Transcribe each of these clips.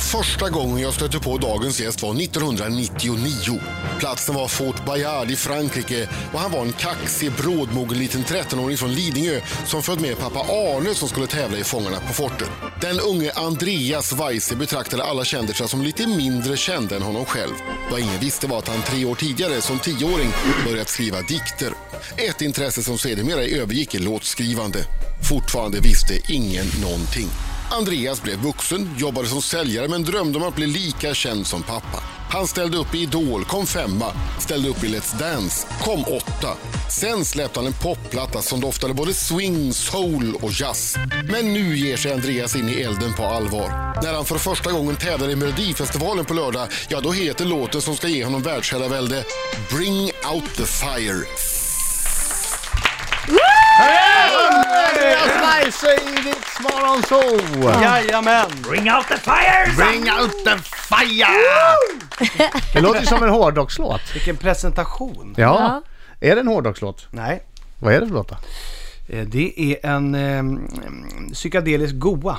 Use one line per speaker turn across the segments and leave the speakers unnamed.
Första gången jag stötte på dagens gäst var 1999. Platsen var Fort Bayard i Frankrike och han var en kaxig, brådmogen liten 13-åring från Lidingö som följt med pappa Arne som skulle tävla i Fångarna på fortet. Den unge Andreas Weise betraktade alla kändisar som lite mindre kända än honom själv. Vad ingen visste var att han tre år tidigare, som tioåring, börjat skriva dikter. Ett intresse som sedermera övergick i låtskrivande. Fortfarande visste ingen någonting. Andreas blev vuxen, jobbade som säljare men drömde om att bli lika känd som pappa. Han ställde upp i Idol, kom femma, ställde upp i Let's Dance, kom åtta. Sen släppte han en popplatta som doftade både swing, soul och jazz. Men nu ger sig Andreas in i elden på allvar. När han för första gången tävlar i Melodifestivalen på lördag, ja då heter låten som ska ge honom världsherravälde Bring Out The Fire.
Andreas Weise i Riks Morgonzoo!
Jajamän!
Bring out the fires!
Bring out the fire! Det låter ju som en hårdrockslåt.
Vilken presentation!
Ja. Är det en hårdrockslåt?
Nej,
Vad är det för låt då?
eh, det är en ehm, psykedelisk goa.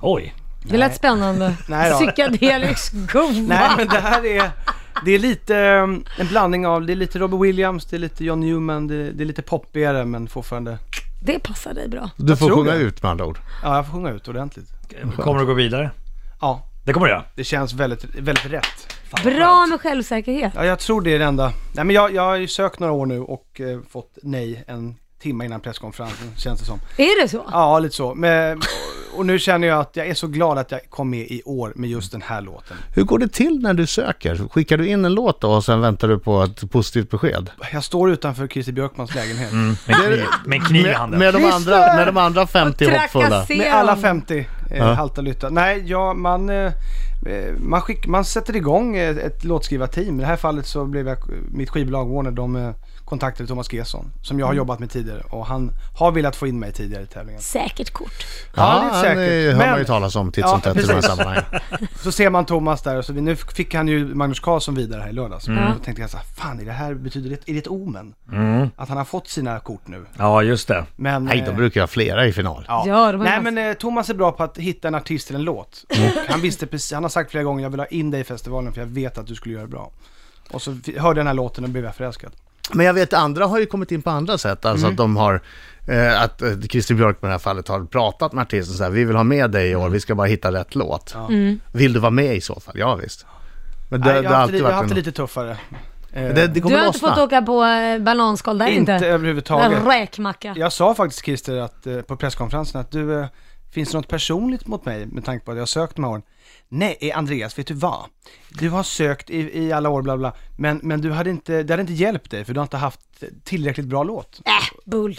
Oj.
Det lät spännande.
Nej då.
Psykedelisk goa.
Nej, men det här är... Det är lite ehm, en blandning av, det är lite Robbie Williams, det är lite John Newman, det, det är lite poppigare men fortfarande...
Det passar dig bra.
Du får
tror
sjunga
det.
ut med andra ord.
Ja, jag får sjunga ut ordentligt.
Kommer du gå vidare?
Ja,
Det kommer du göra.
det känns väldigt, väldigt rätt.
Bra med självsäkerhet.
Ja, jag tror det är det enda. Nej, men jag, jag har ju sökt några år nu och eh, fått nej en timme innan presskonferensen, känns det som.
Är det så?
Ja, lite så. Men, och nu känner jag att jag är så glad att jag kom med i år med just den här låten.
Hur går det till när du söker? Skickar du in en låt då och sen väntar du på ett positivt besked?
Jag står utanför Christer Björkmans lägenhet.
Mm.
Med kniv, med kniv i
Med,
handen.
med, de, andra, med de andra 50 hoppfulla?
Trakassera
Med alla
honom.
50 eh, halta lytta. Nej, ja, man, eh, eh, man, skick, man sätter igång eh, ett låtskrivarteam. I det här fallet så blev jag, mitt skivbolag Warner, de eh, kontaktade Thomas Gesson som
Mm.
jag har jobbat med tidigare och han har velat få in mig tidigare i tävlingen.
Säkert kort.
Ja,
det är
han är, hör man ju talas om titt som
Ja,
tätt i de här
precis.
sammanhangen.
Så ser man Thomas där och så, nu fick han ju Magnus Carlsson vidare här i lördags.
Mm.
Ja.
Då tänkte jag så här, fan är det här, betyder det, är det ett omen? Att han har fått sina kort nu.
Ja, just det.
Men,
Nej, de
eh,
brukar ha flera i final.
ja.
Ja, de har
Nej
ju
men eh, Thomas är bra på att hitta en artist till en låt.
Mm.
Och Han, visste precis, han har sagt flera gånger, jag vill ha in dig i festivalen för jag vet att du skulle göra det bra. Och så f- hörde jag den här låten och blev jag förälskad.
Men jag vet, andra har ju kommit in på andra sätt. Alltså
Mm.
att de har, eh, att eh, Christer Björk med det här fallet har pratat med artisten så här, vi vill ha med dig i år, vi ska bara hitta rätt låt.
Mm.
Vill du vara med i så fall? Ja, visst. Men det,
Nej,
det
jag
har
har haft,
alltid
det- jag har haft
varit
det
en...
lite tuffare. Eh,
Det, det
Du
kommer
har inte
lossna.
fått åka på eh, bananskal där
inte,
inte?
överhuvudtaget.
En räkmacka.
Jag sa faktiskt Christer att, eh, på presskonferensen att du, eh, finns det något personligt mot mig med tanke på att jag har sökt de här åren? Nej, eh, Andreas, vet du vad? Du har sökt i, i alla år, bla bla, men, men du hade inte, det hade inte hjälpt dig för du har inte haft tillräckligt bra låt.
Äh, bull.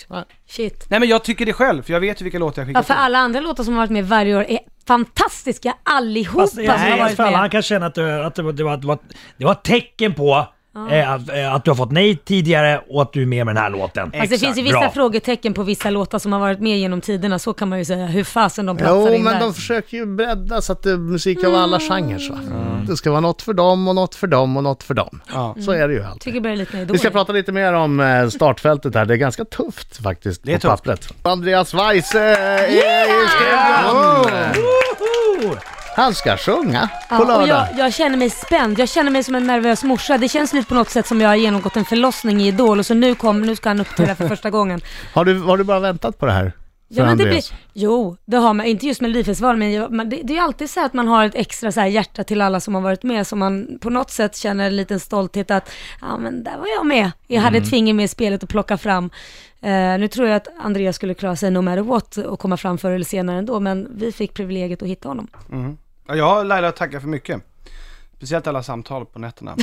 Shit.
Nej men jag tycker det själv, för jag vet ju vilka låtar jag skickar
Ja, för
till.
alla andra låtar som har varit med varje år är fantastiska allihopa
Fast i
som har
hans
varit
fall, han
med.
kan känna att, det- att det, var- det, var, det, var, det var ett tecken på eh, att, eh, att du har fått nej tidigare och att du är med med den här låten.
Alltså det finns ju vissa
Bra.
frågetecken på vissa låtar som har varit med genom tiderna, så kan man ju säga. Hur fasen de platsar
Jo,
in
men
där.
de försöker ju bredda så att det är musik av alla genrer. Va? Det ska vara något för dem och något för dem och något för dem.
Ja.
Så är det ju alltid.
Tycker det börjar likna Idol.
Vi ska prata lite mer om eh, startfältet här. Det är ganska tufft faktiskt
Det är
på
tufft.
pappret. Andreas Weise är i studion! Han ska sjunga på
Ja, och
lördag.
jag, jag känner mig spänd, jag känner mig som en nervös morsa. Det känns lite på något sätt som jag har genomgått en förlossning i Idol och så nu, kom, nu ska han uppträda för första gången.
Har, du, har du bara väntat på det här? För
Ja, men det blir,
Andreas?
jo, det har man. Inte just med Melodifestivalen, men jag, man, det, det är ju alltid så här att man har ett extra så här hjärta till alla som har varit med, som man på något sätt känner en liten stolthet att, ja men där var jag med. Jag hade ett finger med i spelet att plocka fram. Eh, nu tror jag att Andreas skulle klara sig no matter what och komma fram förr eller senare ändå, men vi fick privilegiet att hitta honom.
Ja, jag och Laila tackar för mycket. Speciellt alla samtal på nätterna.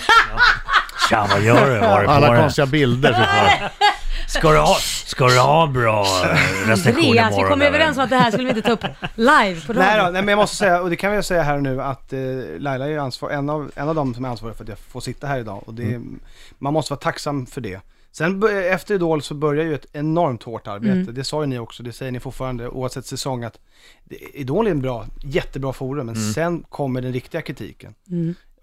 Tja, vad gör du? Vad har du på
Alla
dig?
konstiga bilder. fick man.
Ska du ha, ska du ha bra eh, recension
Andreas, alltså, vi
imorgon?
kom
eller?
överens om att det här skulle vi inte ta upp live på
nej, då,
radion.
nej men jag måste säga, och det kan jag säga här nu, att eh, Laila är ju ansvar, en, av, en av dem som är ansvarig för att jag får sitta här idag. Och det, är- Man måste vara tacksam för det. Sen bör- efter Idol så börjar ju ett enormt hårt arbete. Det sa ju ni också, det säger ni fortfarande oavsett säsong att det- Idol är en bra, jättebra forum,
Mm.
men sen kommer den riktiga kritiken.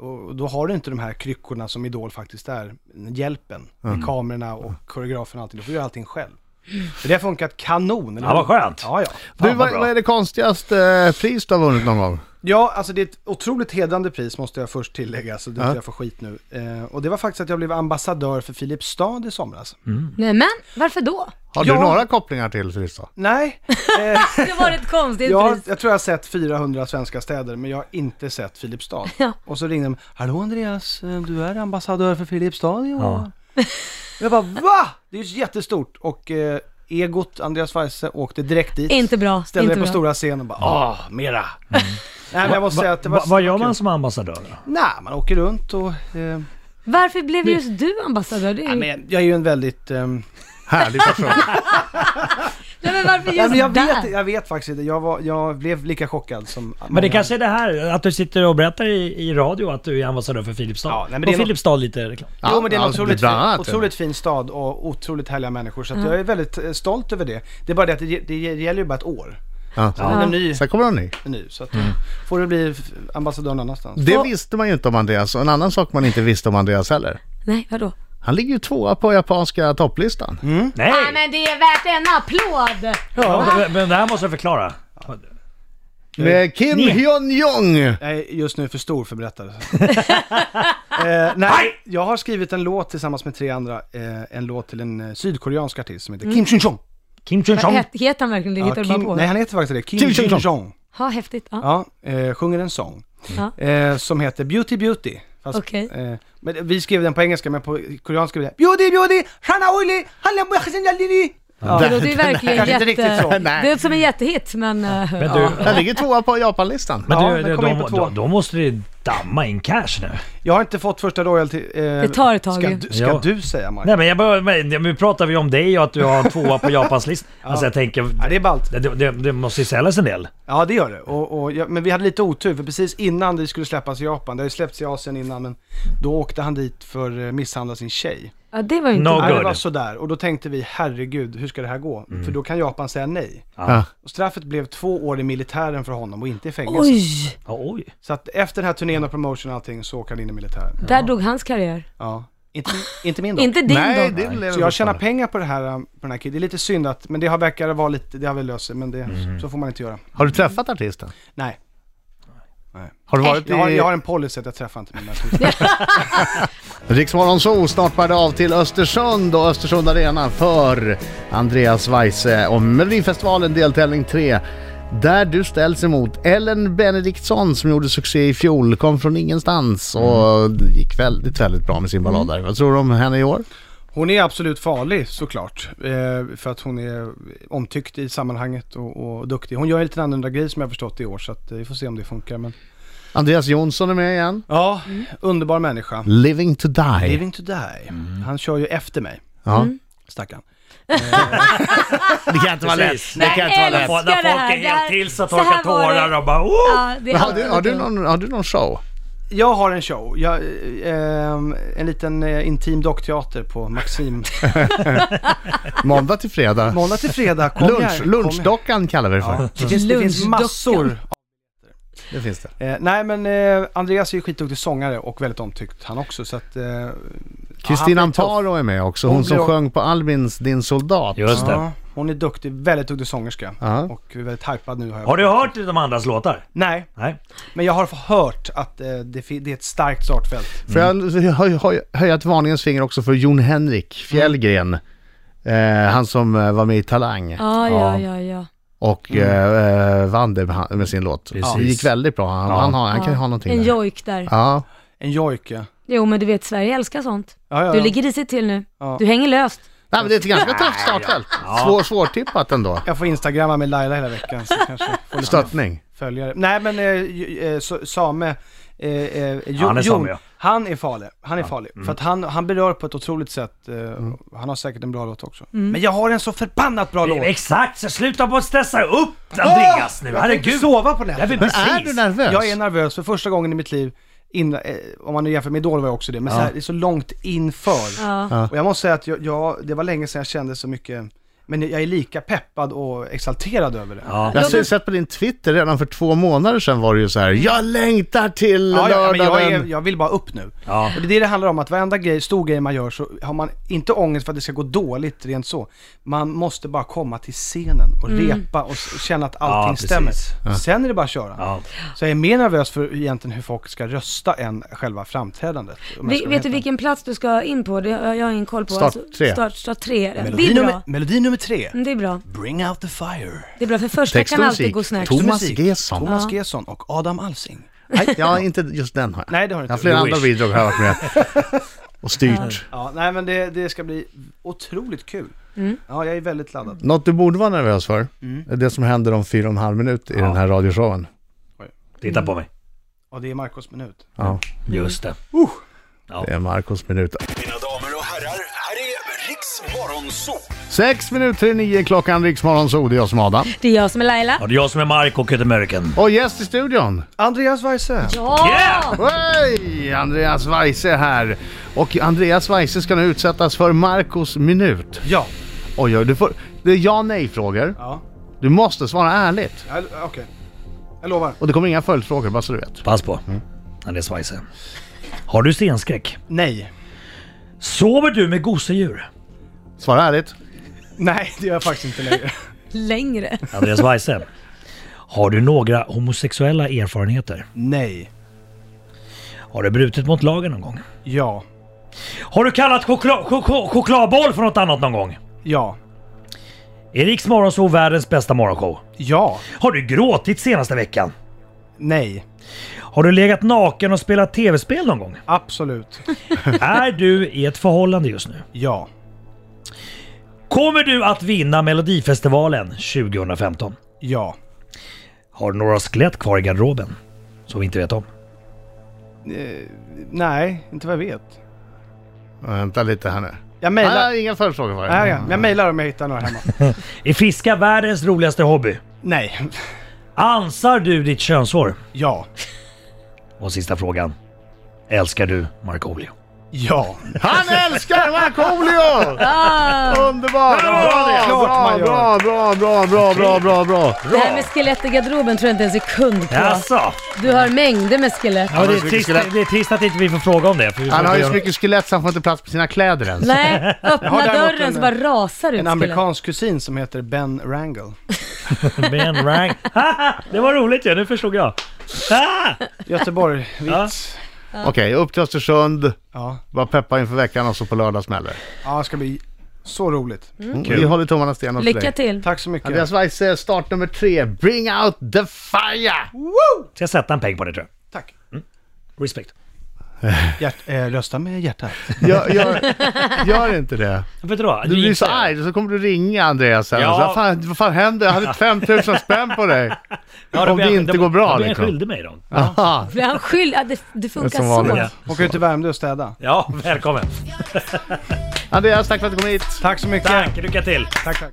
Och då har du inte de här
Mm.
kryckorna som Idol faktiskt är, hjälpen, med kamerorna och koreograferna och allting. Du får göra allting själv. Så det har funkat kanon. Eller
Ja, vad
hur?
skönt.
Ja, ja.
Fan,
Du,
vad
vad,
bra.
vad är det konstigaste eh, pris du har vunnit någon gång?
Ja, alltså det är ett otroligt hedrande pris måste jag först tillägga, så det
Ja.
ja. jag får skit nu. Eh, och det var faktiskt att jag blev ambassadör för Filipstad i somras.
Nej men, varför då?
Har du
Ja.
några kopplingar till Filipstad?
Nej, eh,
Det var ett konstigt
jag, har-
pris.
jag tror jag har sett 400 svenska städer, men jag har inte sett Filipstad.
Ja.
Och så ringde de, Hallå Andreas, eh, du är ambassadör för Filipstad i år.
Ja.
Jag bara, VA? Det är ju jättestort. Och eh, egot Andreas Weise åkte direkt dit.
Inte bra.
Ställde
inte
mig på
bra.
stora scen och bara, ah, mera. Nej, men jag måste säga att det var
Va- vad gör
kul.
man som ambassadör då?
Nej, man åker runt och... Eh,
Varför blev just du ambassadör? Det är
nej,
ju...
men jag- jag är ju en väldigt... ehm,
Härlig person.
Nej, men varför
Nej,
just
men jag,
där?
vet, jag vet faktiskt inte. Jag, var, jag blev lika chockad som
Men
många
det kanske är det här, att du sitter och berättar i, i radio att du är ambassadör för Filipstad.
Ja, nej, men det
och
är något-
Filipstad lite reklam.
Jo men det är en
Ja,
otroligt,
bland annat.
fin, otroligt fin stad och otroligt härliga människor. Så att jag är väldigt eh, stolt över det. Det är bara det att det, ge- det ge- det gäller ju bara ett år.
Ja.
Sen är det en ny
Sen kommer de ny.
nu. Så att, eh,
Mm.
får du bli f- ambassadör någon annanstans.
Det visste man ju inte om Andreas. Och en annan sak man inte visste om Andreas heller.
Nej, vadå?
Han ligger ju tvåa på japanska topplistan.
Nej!
Nej men det är värt en applåd!
Ja, men- men det här måste jag förklara.
Med Kim
Nej.
Hyun Jong!
Jag är just nu för stor för att berätta det. eh, nej, jag har skrivit en låt tillsammans med tre andra. Eh, en låt till en eh, sydkoreansk artist som heter Kim Chun-Chong.
Kim Chun Chong.
Het- Heter han verkligen det? Mm. Hittar du bara
Kim,
på?
nej, han heter faktiskt det. Kim,
Kim Chun-Chong.
Chun-Chong.
Ha, häftigt. Ja.
Ja, eh, sjunger en sång.
Ja.
Eh, som heter Beauty Beauty. Fast,
Okej.
eh, men vi skrev den på engelska, men på koreanska blev det Beauty Beauty, Shana Oili, Hanlian Boyasen Jalili.
Det låter ju verkligen
Kanske
jätte...
inte riktigt så.
Det låter som en jättehit men... eh,
Men du,
Han ligger tvåa på japanlistan.
men
Ja,
du
men
de,
kom in på
de,
två.
de, måste ju damma in cash nu.
Jag har inte fått första royalty. Eh,
Det tar ett tag
Ska,
ju.
du, ska
Ja.
du säga Mark?
Nej men jag börjar, men nu pratar vi om dig och att du har en tvåa på Japanslistan. Alltså jag tänker,
Ja, det är ballt.
det, det, det, det måste ju säljas en del.
Ja, det gör det. Och, och, ja, men vi hade lite otur, för precis innan det skulle släppas i Japan, det har ju släppts i Asien innan, men då åkte han dit för eh, misshandla sin tjej.
Ja, det var ju inte...
No.
bra.
Och
Nej, det
gör
var
det.
sådär. Och då tänkte vi, herregud, hur ska det här gå? För då kan Japan säga nej.
Ja.
Och straffet blev två år i militären för honom och inte i fängelse.
Oj!
Ja, oj.
Så att efter den här turnén och promotion och allting så åker han in i militären.
Där dog hans karriär.
Ja. Inte, inte min då.
Inte din
Nej,
då.
det lever
Så jag tjänar
fortfarande.
pengar på det här, um, på den här killen. Det är lite synd att, men det har verkar vara lite, det har väl löst sig, men det, så får man inte göra.
Har du träffat artisten?
Nej.
Har du varit
Jag har,
i...
jag har en policy att jag träffar inte mina artister.
Riksmorgon Zoo snart bär det av till Östersund och Östersund Arena för Andreas Weise och Melodifestivalen deltävling 3. Där du ställs emot Ellen Benediktsson som gjorde succé i fjol, kom från ingenstans och gick väldigt, väldigt bra med sin ballad där. Vad tror du om henne i år?
Hon är absolut farlig såklart. Eh, för att hon är omtyckt i sammanhanget och, och duktig. Hon gör en liten annorlunda grej som jag har förstått i år så att eh, vi får se om det funkar. Men...
Andreas Jonsson är med igen.
Ja,
Mm.
underbar människa.
Living to die.
Living to die. Han kör ju efter mig,
Ja.
stackarn.
Det kan inte vara lätt.
Precis.
Det kan inte vara lätt.
Älskar
När
det
folk
här.
är helt
Det här-
till så
så här
torkar
var det.
tårar och bara oh!
Ja, det är
Har du, har, du
alltid-
någon, har du någon show?
Jag har en show. Jag, eh, en liten eh, intim dockteater på Maxim.
Måndag till fredag.
Måndag till fredag. Kom
Lunch,
här, kom
lunchdockan kallar vi det för.
här. Ja, det, finns, det finns massor.
Det finns det.
Eh, nej men eh, Andreas är ju skitduktig sångare och väldigt omtyckt han också så att... Eh,
Kristina
ja, han blir tuff.
Amparo är med också, hon,
Hon
som
blir-
sjöng på Albins Din soldat.
Just det.
Ja, hon är duktig, väldigt duktig sångerska.
Ja.
Och är väldigt hypad nu har jag
Har du hört de andras låtar?
Nej,
Nej.
men jag har hört att eh, det, fi- det är ett starkt startfält.
För jag har har höjat varningens finger också för Jon Henrik Fjällgren. Eh, han som eh, var med i Talang
Ja, ja, ja, ja.
och eh, eh, vann det med, han- med sin låt.
Precis.
Det gick väldigt bra. Han, han, har, han kan ju ha någonting
En
där.
jojk där.
Ja.
En jojke.
Jo, men du vet, Sverige älskar sånt.
Ja, ja,
Du
ja.
ligger risigt till nu.
Ja.
Du hänger löst.
Nej, men det är ett ganska tufft startfält. Svår, svårtippat ändå.
Jag får instagramma med Laila hela veckan så kanske får lite
Stöttning.
följare. Nej men eh, ju- eh, so- Same, eh, eh, jo,
Han är
jo,
same, ja. mm.
han är farlig. Han är farlig. För att han, han berör på ett otroligt sätt. Eh, Han har säkert en bra låt också.
Mm.
Men jag har en så förbannat bra låt!
Exakt, så sluta på att stressa upp Andreas nu.
Jag tänker
Herregud.
sova på
Jag
nätterna.
vill
Men är du
precis.
nervös?
Jag är nervös för första gången i mitt liv, in, eh, om man nu jämför med Idol var jag också det, men så här, det är så långt inför.
Ja.
Och jag måste säga att jag, jag, det var länge sedan jag kände så mycket Men jag är lika peppad och exalterad över det.
Ja.
Alltså, Jag har sett på din Twitter redan för två månader sedan var det ju så här. Jag längtar till
Ja, ja, men jag, är,
lördagen.
jag vill bara upp nu.
Ja.
Och det är det det handlar om, att varenda grej, stor grej man gör så har man inte ångest för att det ska gå dåligt rent så. Man måste bara komma till scenen och
Mm.
repa och s- känna att allting
precis.
stämmer. Sen är det bara att köra.
Ja.
Så jag är mer nervös för egentligen hur folk ska rösta än själva framträdandet. om jag
Vi,
ska vara
vet du
helt
vilken plats du ska in på? Det, jag jag har ingen koll på. Alltså,
Start tre.
Start, start tre är det.
ärlig.
Det
Melodi
är
nummer,
bra.
melodi nummer tre.
Mm, Det är bra.
Bring out the fire.
Det är bra, för första
Text
kan
och
alltid
musik.
gå snett.
Tom- Thomas
Musik,
Gesson.
Thomas Gesson och Adam Alsing.
Nej, ja, inte just den har jag.
Nej, det har du
Jag har
inte.
flera
Wish.
andra bidrag har jag varit med och styrt.
Ja, nej men det, det ska bli otroligt kul.
Mm.
Ja, jag är väldigt laddad.
Något du borde vara nervös för,
Mm.
är det som händer om fyra och en halv minut i den här radioshowen.
Titta på mig.
Och det är Marcos minut.
Ja,
Just det.
det är Marcos minut.
Mina damer och herrar, här är Riks Morgonzoo!
Sex minuter i nio klockan, Riksmorgon, så det är jag som är Adam.
Det är jag som är Laila.
Ja, det är jag som är Marco och American.
Och gäst i studion,
Andreas Weise.
Ja!
Hej! Andreas Weise här. Och Andreas Weise ska nu utsättas för Marcos minut.
Ja.
Oj, oj, du får... Det är ja nej-frågor.
Ja,
Du måste svara ärligt.
ja, okej. Jag lovar.
Och det kommer inga följdfrågor, bara så du vet.
Pass på. Han är svajse. Har du stenskräck?
Nej.
Sover du med gosedjur?
Svara ärligt.
Nej, det gör jag faktiskt inte längre.
Längre.
Andreas Weise. Har du några homosexuella erfarenheter?
Nej.
Har du brutit mot lagen någon gång?
Ja.
Har du kallat chokla- chok- chokladboll för något annat någon gång?
Ja.
Är Riks Morgonzoo världens bästa morgonshow?
Ja.
Har du gråtit senaste veckan?
Nej.
Har du legat naken och spelat tv-spel någon gång?
Absolut.
Är du i ett förhållande just nu?
Ja.
Kommer du att vinna Melodifestivalen 2015?
Ja.
Har du några skelett kvar i garderoben? Som vi inte vet om.
Nej, inte vad jag vet.
Vänta lite här nu.
Jag mejlar.
Nej, inga följdfrågor var det.
Nej, ja. Jag mejlar om jag hittar några hemma.
Är fiska världens roligaste hobby?
Nej.
Ansar du ditt könshår?
Ja.
Och sista frågan. Älskar du Markoolio?
Ja.
Han älskar Markoolio!
Ah!
Underbart!
det är
Bra,
klart man gör.
bra, bra, bra, bra, bra, bra, bra.
Det här med skelett i garderoben tror jag inte en sekund på.
Jaså?
Du har mängder med skelett.
Ja, det, är
så mycket
trist,
skelett.
det är trist att inte vi får fråga om det. För vi får
Han har
inte
ju
göra-
så mycket skelett så han får inte plats på sina kläder ens.
Nej,
har
öppna
däremot
dörren
en-
så bara rasar ut
En
skelett.
amerikansk kusin som heter Ben Rangel.
Ben Rang. det var roligt ju, nu förstod jag. Ah!
Göteborg, vits.
Okej, upp till Östersund,
Ja.
bara peppa inför veckan och så på lördag smäller
Ja, det ska bli så roligt.
mm. Vi håller tummarna stenhårt för
Lycka
dig.
till.
Tack så mycket.
Andreas Weise, start nummer tre. Bring out the fire!
Ska jag sätta en peng på det tror
Tack.
jag. Respekt.
Hjärt, eh, rösta med hjärtat.
Gör, gör, gör inte det.
Vet du vad?
Du blir
Gick
så
det.
arg, så kommer du ringa Andreas sen.
Ja.
och Så, fan, vad fan händer? Jag hade 5000 spänn på dig.
Ja, då
om
blir
det
jag-
inte
då-
går bra
då blir jag
liksom.
skyldig mig då.
Aha.
Blir han skyldig? Ja, det, det funkar
Som
så.
vanligt.
Ja.
Åka ut till Värmdö och städa.
ja, välkommen.
Andreas, tack för att du kom hit.
Tack så mycket.
Tack, lycka till.
Tack, tack.